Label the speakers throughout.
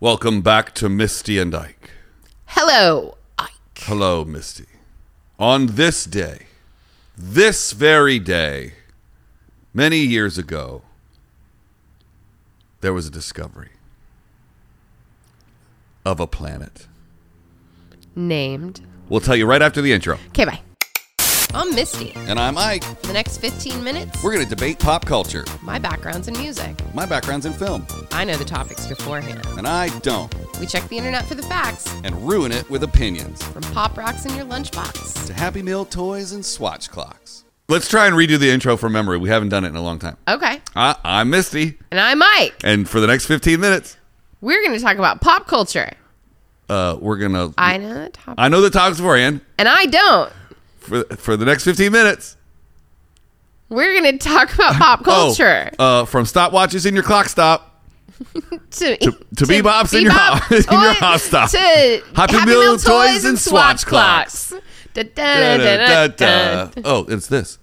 Speaker 1: Welcome back to Misty and Ike.
Speaker 2: Hello, Ike.
Speaker 1: Hello, Misty. On this day, this very day, many years ago, there was a discovery of a planet.
Speaker 2: Named.
Speaker 1: We'll tell you right after the intro.
Speaker 2: Okay, bye. I'm Misty.
Speaker 1: And I'm Ike.
Speaker 2: For the next 15 minutes,
Speaker 1: We're going to debate pop culture.
Speaker 2: my background's in music.
Speaker 1: My background's in film,
Speaker 2: I know the topics beforehand.
Speaker 1: and I don't,
Speaker 2: We check the internet for the facts,
Speaker 1: and ruin it with opinions.
Speaker 2: from pop rocks in your lunchbox.
Speaker 1: to Happy Meal toys and swatch clocks. Let's try and redo the intro from memory. We haven't done it in a long time.
Speaker 2: Okay.
Speaker 1: I, I'm Misty,
Speaker 2: And I'm Ike.
Speaker 1: and for the next 15 minutes,
Speaker 2: We're going to talk about pop culture.
Speaker 1: uh, we're gonna.
Speaker 2: I know the topic.
Speaker 1: I know the topics beforehand.
Speaker 2: and I don't.
Speaker 1: For for the next 15 minutes.
Speaker 2: We're going to talk about pop
Speaker 1: oh,
Speaker 2: culture.
Speaker 1: uh, from stopwatches in your clock stop.
Speaker 2: to,
Speaker 1: to bebops in your
Speaker 2: bebop
Speaker 1: ho- in your hot stop.
Speaker 2: To
Speaker 1: Happy
Speaker 2: Happy,
Speaker 1: Meal
Speaker 2: Meal,
Speaker 1: toys
Speaker 2: toys
Speaker 1: and
Speaker 2: and
Speaker 1: swatch
Speaker 2: swatch clocks. Da, da, da, da, da.
Speaker 1: Da-da-da-da. Oh, it's this.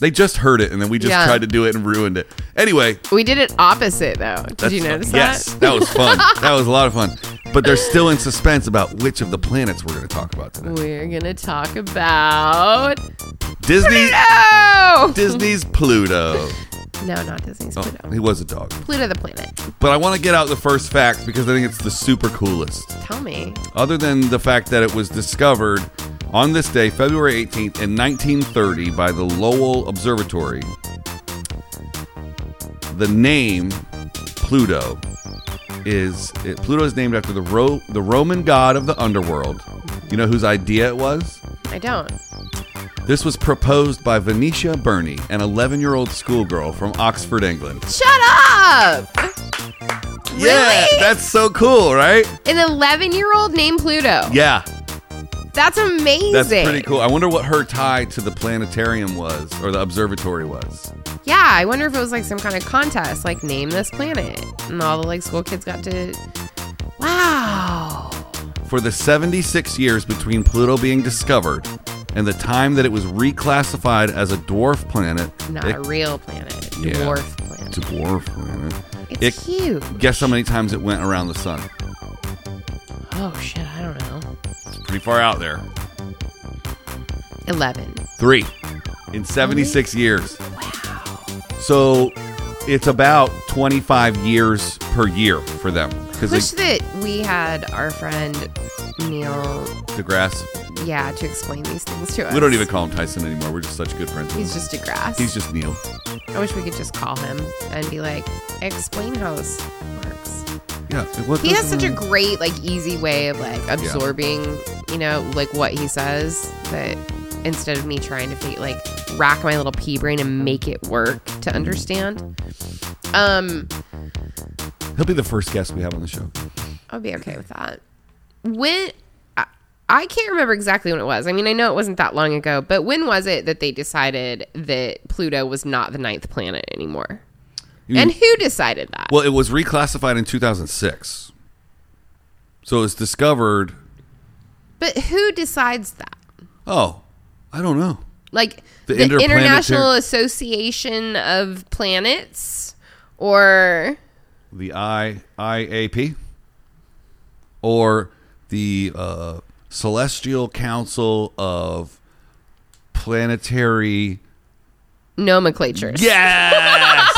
Speaker 1: They just heard it, and then we just
Speaker 2: Yeah.
Speaker 1: tried to do it and ruined it. Anyway,
Speaker 2: We did it opposite though. Did
Speaker 1: That's
Speaker 2: you
Speaker 1: fun.
Speaker 2: notice
Speaker 1: Yes,
Speaker 2: that?
Speaker 1: that was fun. that was a lot of fun. But they're still in suspense about which of the planets we're going to talk about today.
Speaker 2: We're gonna talk about
Speaker 1: Disney,
Speaker 2: no,
Speaker 1: Disney's Pluto.
Speaker 2: no, not Disney's
Speaker 1: Oh,
Speaker 2: Pluto.
Speaker 1: he was a dog.
Speaker 2: Pluto the planet.
Speaker 1: But I want to get out the first fact because I think it's the super coolest.
Speaker 2: Tell me,
Speaker 1: Other than the fact that it was discovered on this day, February 18th, in 1930, by the Lowell Observatory, the name Pluto is it, Pluto is named after the Ro, the Roman god of the underworld. You know whose idea it was?
Speaker 2: I don't.
Speaker 1: This was proposed by Venetia Burney, an 11-year-old schoolgirl from Oxford, England.
Speaker 2: Shut up.
Speaker 1: Yeah,
Speaker 2: Really?
Speaker 1: that's so cool, right?
Speaker 2: An 11 year old named Pluto.
Speaker 1: Yeah,
Speaker 2: That's amazing.
Speaker 1: that's pretty cool. I wonder what her tie to the planetarium was or the observatory was.
Speaker 2: Yeah, I wonder if it was like some kind of contest, like name this planet, and all the like school kids got to. Wow.
Speaker 1: For the 76 years between Pluto being discovered and the time that it was reclassified as a dwarf planet,
Speaker 2: Not
Speaker 1: it,
Speaker 2: a real planet.
Speaker 1: Yeah.
Speaker 2: Dwarf planet.
Speaker 1: dwarf planet.
Speaker 2: It's
Speaker 1: it-
Speaker 2: huge.
Speaker 1: Guess how many times it went around the sun?
Speaker 2: Oh shit, I don't know.
Speaker 1: It's pretty far out there.
Speaker 2: 11.
Speaker 1: Three in 76 years.
Speaker 2: Wow.
Speaker 1: So it's about 25 years per year for them
Speaker 2: Wish
Speaker 1: because
Speaker 2: that we had our friend Neil,
Speaker 1: the grass.
Speaker 2: yeah, to explain these things to us.
Speaker 1: We don't even call him Tyson anymore. We're just such good friends. with
Speaker 2: He's
Speaker 1: him.
Speaker 2: just a grass.
Speaker 1: He's just Neil.
Speaker 2: I wish we could just call him and be like, explain how this works.
Speaker 1: Yeah. what
Speaker 2: He has
Speaker 1: does it
Speaker 2: such a
Speaker 1: mean?
Speaker 2: great, like, easy way of like absorbing, you know, like what he says that instead of me trying to fig- like rack my little pea brain and make it work to understand. Um,
Speaker 1: He'll be the first guest we have on the show.
Speaker 2: I'll be okay with that. When I, I can't remember exactly when it was. I mean, I know it wasn't that long ago, but when was it that they decided that Pluto was not the ninth planet anymore?
Speaker 1: You-
Speaker 2: and who decided that?
Speaker 1: Well, it was reclassified in 2006. So it was discovered.
Speaker 2: but who decides that?
Speaker 1: Oh, I don't know.
Speaker 2: Like
Speaker 1: The
Speaker 2: the,
Speaker 1: interplanetar-
Speaker 2: International Association of Planets or
Speaker 1: The I IAP or the uh, Celestial Council of Planetary.
Speaker 2: nomenclatures?
Speaker 1: Yes.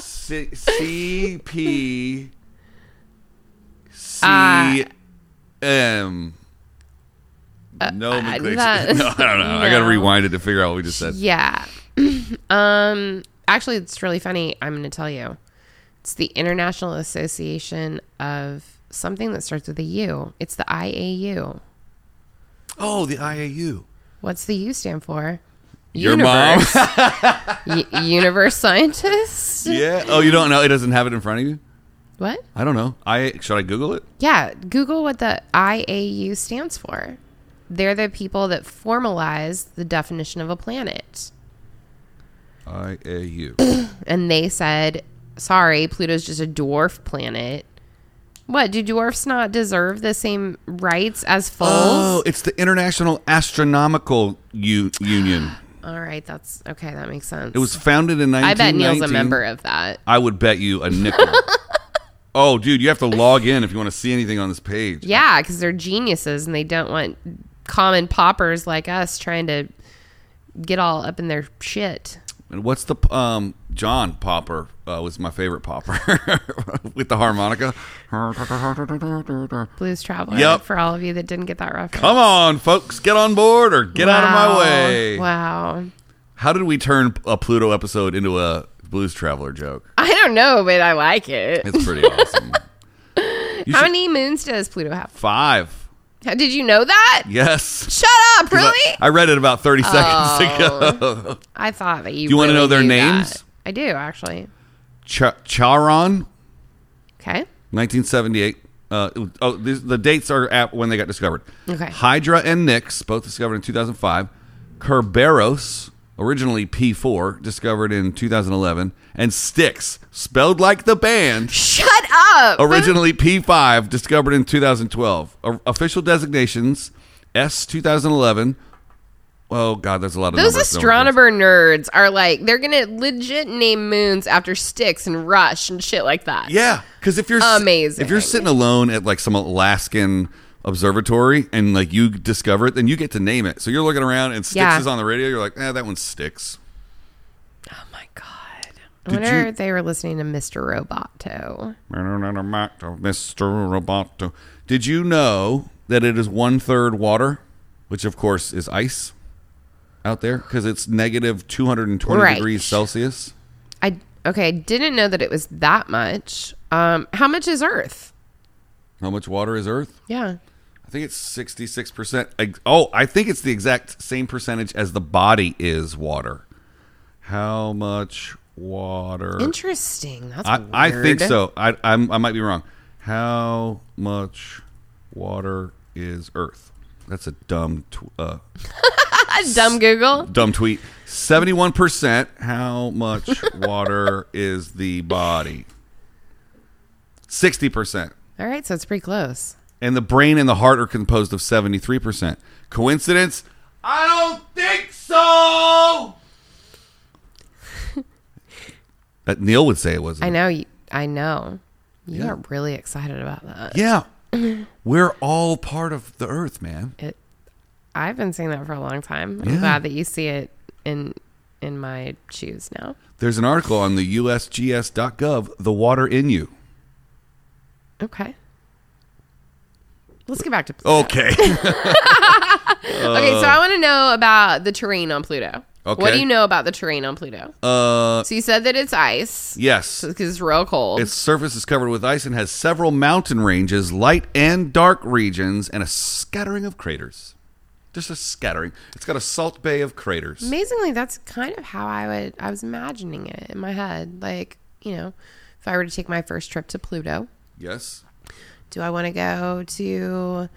Speaker 1: C- CP
Speaker 2: Uh,
Speaker 1: CM. Nomenclature.
Speaker 2: that-
Speaker 1: no, I don't know. I got to
Speaker 2: uh, no.
Speaker 1: rewind it to figure out what we just said.
Speaker 2: Yeah. um actually it's really funny. I'm going to tell you. It's the International Association of something that starts with a U. It's the IAU.
Speaker 1: Oh, the IAU.
Speaker 2: What's the U stand for?
Speaker 1: Your mom?
Speaker 2: mom. universe scientist?
Speaker 1: Yeah. Oh, you don't know? It doesn't have it in front of you?
Speaker 2: What?
Speaker 1: I don't know. I should I Google it?
Speaker 2: Yeah, Google what the IAU stands for. They're the people that formalize the definition of a planet.
Speaker 1: IAU.
Speaker 2: and they said, "Sorry, Pluto's just a dwarf planet." What do dwarfs not deserve the same rights as foals?
Speaker 1: oh, it's the International Astronomical U- Union.
Speaker 2: All right, that's okay. That makes sense.
Speaker 1: It was founded in
Speaker 2: I bet
Speaker 1: 1919.
Speaker 2: Neil's a member of that.
Speaker 1: I would bet you a nickel. Oh, dude, you have to log in if you want to see anything on this page.
Speaker 2: Yeah, because they're geniuses and they don't want common paupers like us trying to get all up in their shit.
Speaker 1: And what's the um John Popper uh, was my favorite Popper with the harmonica.
Speaker 2: Blues Traveler.
Speaker 1: Yep.
Speaker 2: For all of you that didn't get that reference.
Speaker 1: Come on, folks, get on board or get out of my
Speaker 2: Wow.
Speaker 1: way.
Speaker 2: Wow.
Speaker 1: How did we turn a Pluto episode into a Blues Traveler joke?
Speaker 2: I don't know, but I like it.
Speaker 1: It's pretty awesome. You
Speaker 2: How
Speaker 1: should-
Speaker 2: many moons does Pluto have?
Speaker 1: Five.
Speaker 2: How- Did you know that?
Speaker 1: Yes.
Speaker 2: Shut up, really? Oh.
Speaker 1: I read it about 30 seconds ago.
Speaker 2: I thought that you.
Speaker 1: you wanna
Speaker 2: really
Speaker 1: know their
Speaker 2: knew that.
Speaker 1: names?
Speaker 2: I do actually.
Speaker 1: Ch- Charon,
Speaker 2: Okay.
Speaker 1: 1978. Uh, it was- oh, these, the dates are at when they got discovered.
Speaker 2: Okay.
Speaker 1: Hydra and Nix, both discovered in 2005. Kerberos, originally P4, discovered in 2011. And Styx, spelled like the band,
Speaker 2: Shut
Speaker 1: Oh,
Speaker 2: up.
Speaker 1: originally P5, discovered in 2012. O- official designations S 2011. Oh, God, there's a lot of
Speaker 2: Those
Speaker 1: numbers.
Speaker 2: astronomer nerds are like they're gonna legit name moons after Styx and Rush and shit like that.
Speaker 1: Yeah, because if you're s-
Speaker 2: Amazing.
Speaker 1: if you're sitting alone at like some Alaskan observatory and like you discover it, then you get to name it. So you're looking around and sticks
Speaker 2: Yeah.
Speaker 1: is on the radio. You're like, eh, that one sticks.
Speaker 2: Oh my god. I
Speaker 1: Did
Speaker 2: wonder
Speaker 1: you-
Speaker 2: if they were listening to Mr. Roboto.
Speaker 1: Mr. Roboto. Did you know that it is one third water, which of course is ice out there because it's negative 220
Speaker 2: Right.
Speaker 1: degrees Celsius.
Speaker 2: I okay, I didn't know that it was that much. Um, how much is Earth?
Speaker 1: How much water is Earth?
Speaker 2: Yeah.
Speaker 1: I think it's 66%. Ex- Oh, I think it's the exact same percentage as the body is water. How much water?
Speaker 2: Interesting. That's
Speaker 1: I,
Speaker 2: weird.
Speaker 1: I think so. I, I'm, I might be wrong. How much water is Earth? That's a dumb, tw- uh,
Speaker 2: A dumb Google.
Speaker 1: dumb tweet. Seventy-one percent. How much water is the body? Sixty percent.
Speaker 2: All right, so it's pretty close.
Speaker 1: and the brain and the heart are composed of 73%. Coincidence? I don't think so. that Neil would say it wasn't.
Speaker 2: I know. You, I know. You
Speaker 1: Yeah.
Speaker 2: are really excited about that.
Speaker 1: Yeah. We're all part of the earth, man.
Speaker 2: It, I've been saying that for a long time. I'm
Speaker 1: Yeah.
Speaker 2: glad that you see it in in my shoes now.
Speaker 1: There's an article on the usgs.gov, The Water in You.
Speaker 2: Okay. Let's get back to Pluto.
Speaker 1: Okay. Oh,
Speaker 2: okay, so I want to know about the terrain on Pluto. What
Speaker 1: uh, Okay.
Speaker 2: do you know about the terrain on Pluto?
Speaker 1: uh
Speaker 2: so you said that it's ice
Speaker 1: yes.
Speaker 2: because it's real cold.
Speaker 1: Its surface is covered with ice and has several mountain ranges, light and dark regions, and a scattering of craters. Just a scattering. It's got a salt bay of craters.
Speaker 2: Amazingly, that's kind of how I would. I was imagining it in my head, like you know, if I were to take my first trip to Pluto,
Speaker 1: Yes.
Speaker 2: do I want to go to,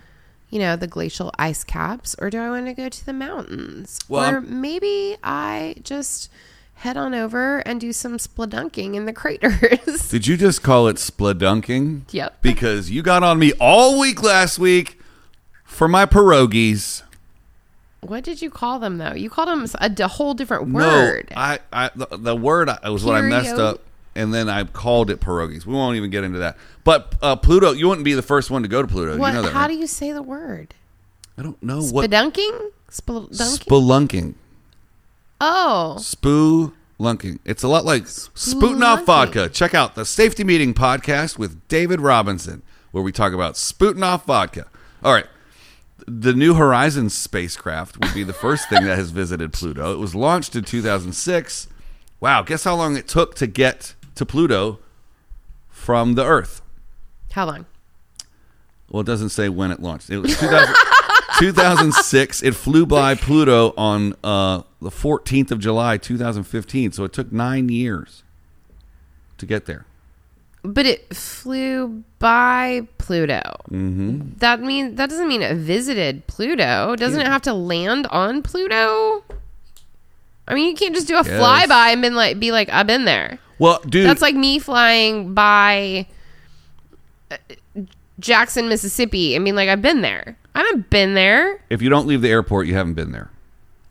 Speaker 2: you know, the glacial ice caps, or do I want to go to the mountains?
Speaker 1: Well,
Speaker 2: or
Speaker 1: I'm-
Speaker 2: maybe I just head on over and do some spladunking in the craters.
Speaker 1: Did you just call it spladunking?
Speaker 2: Yep.
Speaker 1: Because you got on me all week last week for my pierogies.
Speaker 2: what did you call them though? You called them a d- whole different word.
Speaker 1: No, I, I the, the word I, was what I messed
Speaker 2: Pierogi.
Speaker 1: up, and then I called it pierogies. We won't even get into that. But uh, Pluto, you wouldn't be the first one to go to Pluto.
Speaker 2: what?
Speaker 1: you know that,
Speaker 2: how
Speaker 1: right?
Speaker 2: do you say the word?
Speaker 1: I don't know what
Speaker 2: Spedunking? Spelunking?
Speaker 1: spelunking,
Speaker 2: oh.
Speaker 1: spoo lunking. It's a lot like spooting off
Speaker 2: Spelunking.
Speaker 1: vodka. Check out the Safety Meeting podcast with David Robinson, where we talk about spooting off vodka. All right. The New Horizons spacecraft would be the first thing that has visited Pluto. It was launched in 2006. Wow, guess how long it took to get to Pluto from the Earth?
Speaker 2: How long?
Speaker 1: Well, it doesn't say when it launched. It was 2000, 2006. It flew by Pluto on uh, the 14th of July, 2015. So it took nine years to get there.
Speaker 2: But it flew by Pluto. Mm-hmm. That mean that doesn't mean it visited Pluto. Doesn't it have to land on Pluto? I mean, you can't just do a
Speaker 1: Yes.
Speaker 2: flyby and been like, be like, I've been there.
Speaker 1: Well, dude,
Speaker 2: That's like me flying by uh, Jackson, Mississippi, and being like, I've been there. I haven't been there.
Speaker 1: if you don't leave the airport, you haven't been there.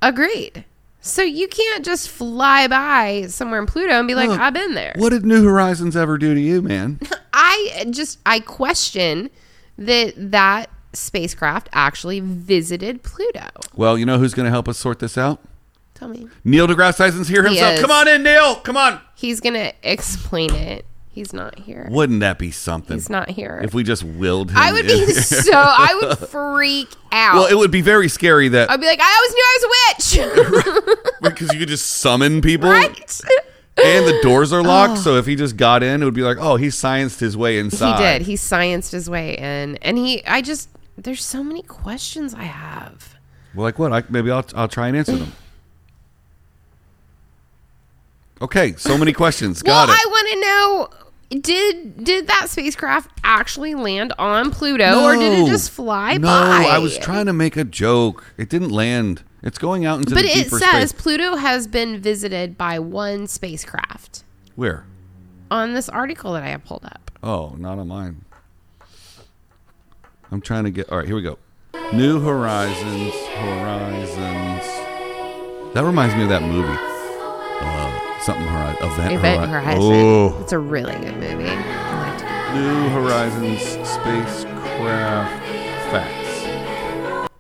Speaker 2: Agreed. So you can't just fly by somewhere in Pluto and be like,
Speaker 1: Oh,
Speaker 2: I've been there.
Speaker 1: What did New Horizons ever do to you, man?
Speaker 2: I just I question that that spacecraft actually visited Pluto.
Speaker 1: Well, you know who's going to help us sort this out?
Speaker 2: Tell me.
Speaker 1: Neil deGrasse Tyson's here himself.
Speaker 2: is.
Speaker 1: Come on in, Neil. Come on.
Speaker 2: He's gonna explain it. He's not here.
Speaker 1: Wouldn't that be something?
Speaker 2: He's not here.
Speaker 1: If we just willed him.
Speaker 2: I would
Speaker 1: in.
Speaker 2: be so I would freak out.
Speaker 1: Well, it would be very scary that
Speaker 2: I'd be like, I always knew I was a witch.
Speaker 1: because you could just summon people
Speaker 2: right?
Speaker 1: and the doors are locked. So if he just got in, it would be like, oh, he scienced his way
Speaker 2: He
Speaker 1: inside.
Speaker 2: did. He scienced his way in, and he. I just there's so many questions I have.
Speaker 1: Well, like what? I, maybe I'll, I'll try and answer them. Okay, so many questions. Got
Speaker 2: well,
Speaker 1: it.
Speaker 2: I want to know did did that spacecraft actually land on Pluto, or did it
Speaker 1: No.
Speaker 2: just fly
Speaker 1: no,
Speaker 2: by?
Speaker 1: I was trying to make a joke. It didn't land. It's going out into
Speaker 2: But
Speaker 1: the
Speaker 2: it
Speaker 1: deeper
Speaker 2: says
Speaker 1: space.
Speaker 2: Pluto has been visited by one spacecraft
Speaker 1: Where?
Speaker 2: on this article that I have pulled up.
Speaker 1: Oh, not on mine. I'm trying to get. All right, here we go. New Horizons, Horizons. That reminds me of that movie. Uh, something Horizon. Event,
Speaker 2: Event
Speaker 1: Hori-
Speaker 2: Horizon.
Speaker 1: Oh.
Speaker 2: It's a really good movie. I liked it.
Speaker 1: New Horizons spacecraft facts.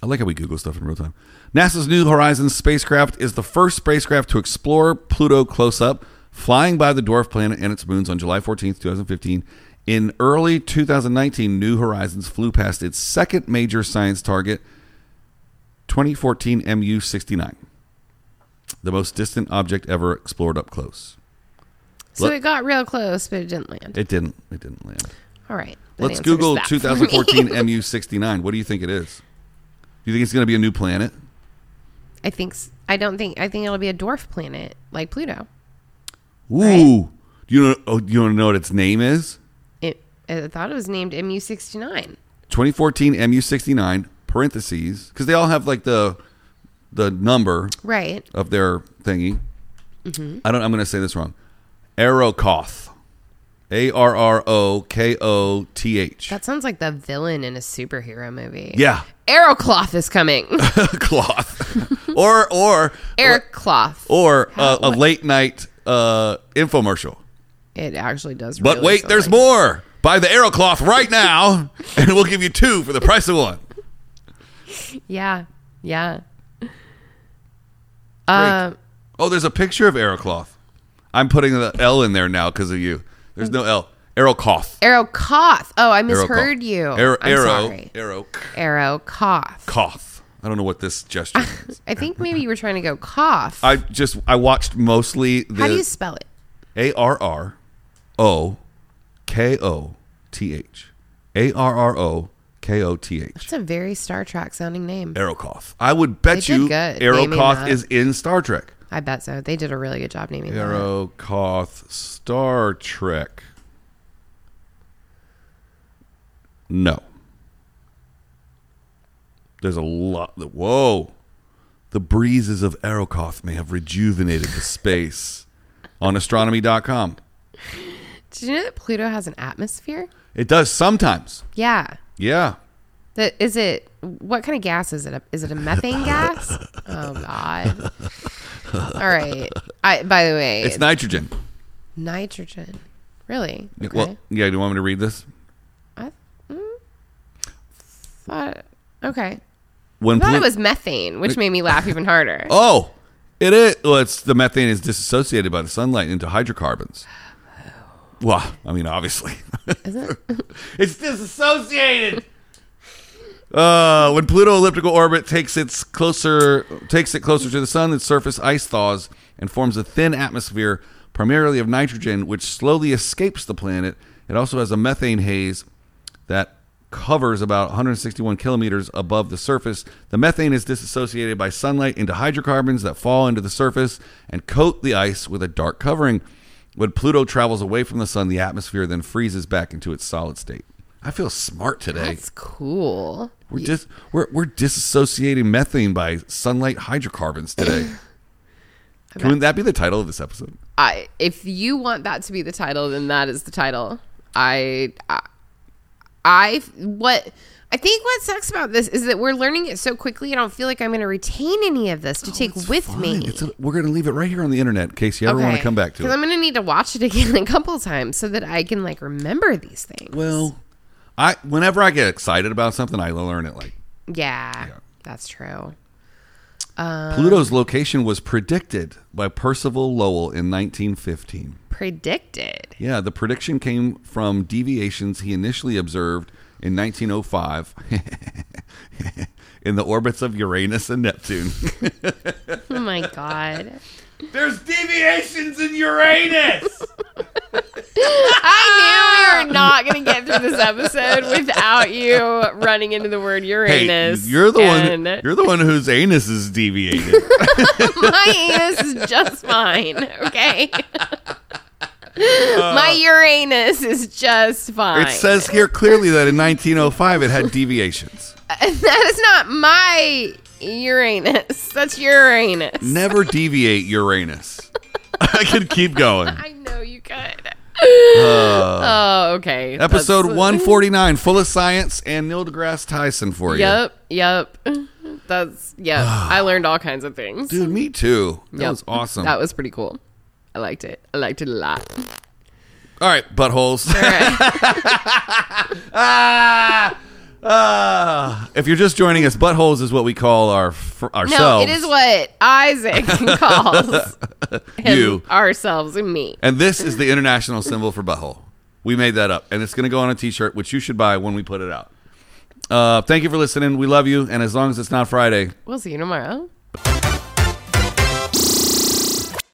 Speaker 1: I like how we Google stuff in real time. NASA's New Horizons spacecraft is the first spacecraft to explore Pluto close up, flying by the dwarf planet and its moons on July 14th, 2015. In early 2019, New Horizons flew past its second major science target, 2014 MU 69, the most distant object ever explored up close.
Speaker 2: So
Speaker 1: Let-
Speaker 2: it got real close, but it didn't land.
Speaker 1: It didn't. It didn't land.
Speaker 2: All right. that
Speaker 1: Let's
Speaker 2: answers
Speaker 1: Google
Speaker 2: that for me.
Speaker 1: 2014 MU69. What do you think it is? Do you think it's going to be a new planet?
Speaker 2: I think s- I don't think I think it'll be a dwarf planet like Pluto.
Speaker 1: Ooh. Do you know? Oh, do you want to know what its name is?
Speaker 2: It I thought it was named MU69.
Speaker 1: 2014 MU69 parentheses because they all have like the the number
Speaker 2: Right.
Speaker 1: of their thingy.
Speaker 2: Mm-hmm.
Speaker 1: I don't. I'm going to say this wrong. Arokoth. A R R O K O T H.
Speaker 2: That sounds like the villain in a superhero movie.
Speaker 1: Yeah,
Speaker 2: Aerocloth is coming.
Speaker 1: cloth. or or
Speaker 2: Aerocloth.
Speaker 1: or uh, a late night uh, infomercial.
Speaker 2: It actually does.
Speaker 1: But
Speaker 2: really
Speaker 1: wait,
Speaker 2: sound
Speaker 1: there's
Speaker 2: like-
Speaker 1: more. Buy the Aerocloth right now, and we'll give you two for the price of one.
Speaker 2: Yeah. Yeah. Um.
Speaker 1: Oh, there's a picture of Aerocloth. I'm putting the L in there now because of you. There's no L. Aerocloth.
Speaker 2: Aerocloth. Oh, I
Speaker 1: Aerocloth.
Speaker 2: misheard you.
Speaker 1: Aero,
Speaker 2: I'm
Speaker 1: Aero,
Speaker 2: sorry.
Speaker 1: Aerocloth.
Speaker 2: Aerocloth.
Speaker 1: I don't know what this gesture means.
Speaker 2: I think maybe you were trying to go cough.
Speaker 1: I just I watched mostly
Speaker 2: How do you
Speaker 1: the
Speaker 2: spell it?
Speaker 1: A R R O K O T H. A R R O K O T H.
Speaker 2: It's a very Star Trek sounding name.
Speaker 1: Aerocloth. I would bet
Speaker 2: They did
Speaker 1: you
Speaker 2: good naming
Speaker 1: Aerocloth
Speaker 2: that.
Speaker 1: is in Star Trek.
Speaker 2: I bet so. They did a really good job naming that.
Speaker 1: Aerocloth Star Trek. No. There's a lot. That, whoa. The breezes of Aerocloth may have rejuvenated the space on astronomy.com.
Speaker 2: Did you know that Pluto has an atmosphere?
Speaker 1: It does sometimes.
Speaker 2: Yeah.
Speaker 1: Yeah.
Speaker 2: That is it. What kind of gas is it? A- Is it a methane gas? Oh God. All right. I. By the way,
Speaker 1: It's nitrogen.
Speaker 2: nitrogen. Really? Okay.
Speaker 1: Well, yeah, do you want me to read this?
Speaker 2: I mm, thought. Okay.
Speaker 1: When
Speaker 2: I thought
Speaker 1: Plu-
Speaker 2: it was methane, which made me laugh even harder.
Speaker 1: Oh, it is. Well, it's the methane is disassociated by the sunlight into hydrocarbons. Well, I mean, obviously,
Speaker 2: Is it?
Speaker 1: it's disassociated. Uh, when Pluto elliptical orbit takes its closer takes it closer to the sun, its surface ice thaws and forms a thin atmosphere, primarily of nitrogen, which slowly escapes the planet. It also has a methane haze that covers about 161 kilometers above the surface. The methane is disassociated by sunlight into hydrocarbons that fall into the surface and coat the ice with a dark covering. When Pluto travels away from the sun, the atmosphere then freezes back into its solid state. I feel smart today.
Speaker 2: That's cool.
Speaker 1: We're dis- we're we're disassociating methane by sunlight hydrocarbons today. Can that be the title of this episode?
Speaker 2: I if you want that to be the title, then that is the title. I I, I what I think what sucks about this is that we're learning it so quickly. I don't feel like I'm going to retain any of this to take
Speaker 1: It's
Speaker 2: with
Speaker 1: fine.
Speaker 2: me.
Speaker 1: It's a- we're going to leave it right here on the internet in case you ever want to come back to it.
Speaker 2: Because I'm going to need to watch it again a couple times so that I can like remember these things.
Speaker 1: well, I whenever I get excited about something, I learn it. Like
Speaker 2: yeah, that's true. Uh.
Speaker 1: Pluto's location was predicted by Percival Lowell in 1915.
Speaker 2: Predicted.
Speaker 1: Yeah, the prediction came from deviations he initially observed in 1905 in the orbits of Uranus and Neptune.
Speaker 2: Oh my god.
Speaker 1: There's deviations in Uranus.
Speaker 2: I knew we were not going to get through this episode without you running into the word
Speaker 1: hey,
Speaker 2: Uranus.
Speaker 1: you're the
Speaker 2: and
Speaker 1: one. You're the one whose anus is deviated.
Speaker 2: my anus is just fine. Okay.
Speaker 1: Uh,
Speaker 2: my Uranus is just fine.
Speaker 1: it says here clearly that in 1905 it had deviations.
Speaker 2: that is not my Uranus. That's Uranus.
Speaker 1: Never deviate Uranus. I could keep going.
Speaker 2: I know you could. oh, okay.
Speaker 1: Uh, Episode
Speaker 2: That's-
Speaker 1: 149, full of science, and Neil deGrasse Tyson for you.
Speaker 2: Yep. Yep. That's yeah. I learned all kinds of things.
Speaker 1: Dude, me too. That
Speaker 2: Yep.
Speaker 1: was awesome.
Speaker 2: That was pretty cool. I liked it. I liked it a lot.
Speaker 1: All right, buttholes.
Speaker 2: All right.
Speaker 1: Ah, if you're just joining us, buttholes is what we call our fr-
Speaker 2: no,
Speaker 1: ourselves.
Speaker 2: it is what Isaac calls him,
Speaker 1: You.
Speaker 2: ourselves, and me.
Speaker 1: and this is the international symbol for butthole. We made that up, and it's going to go on a T-shirt, which you should buy when we put it out. Uh, thank you for listening. We love you, and as long as it's not Friday,
Speaker 2: We'll see you tomorrow.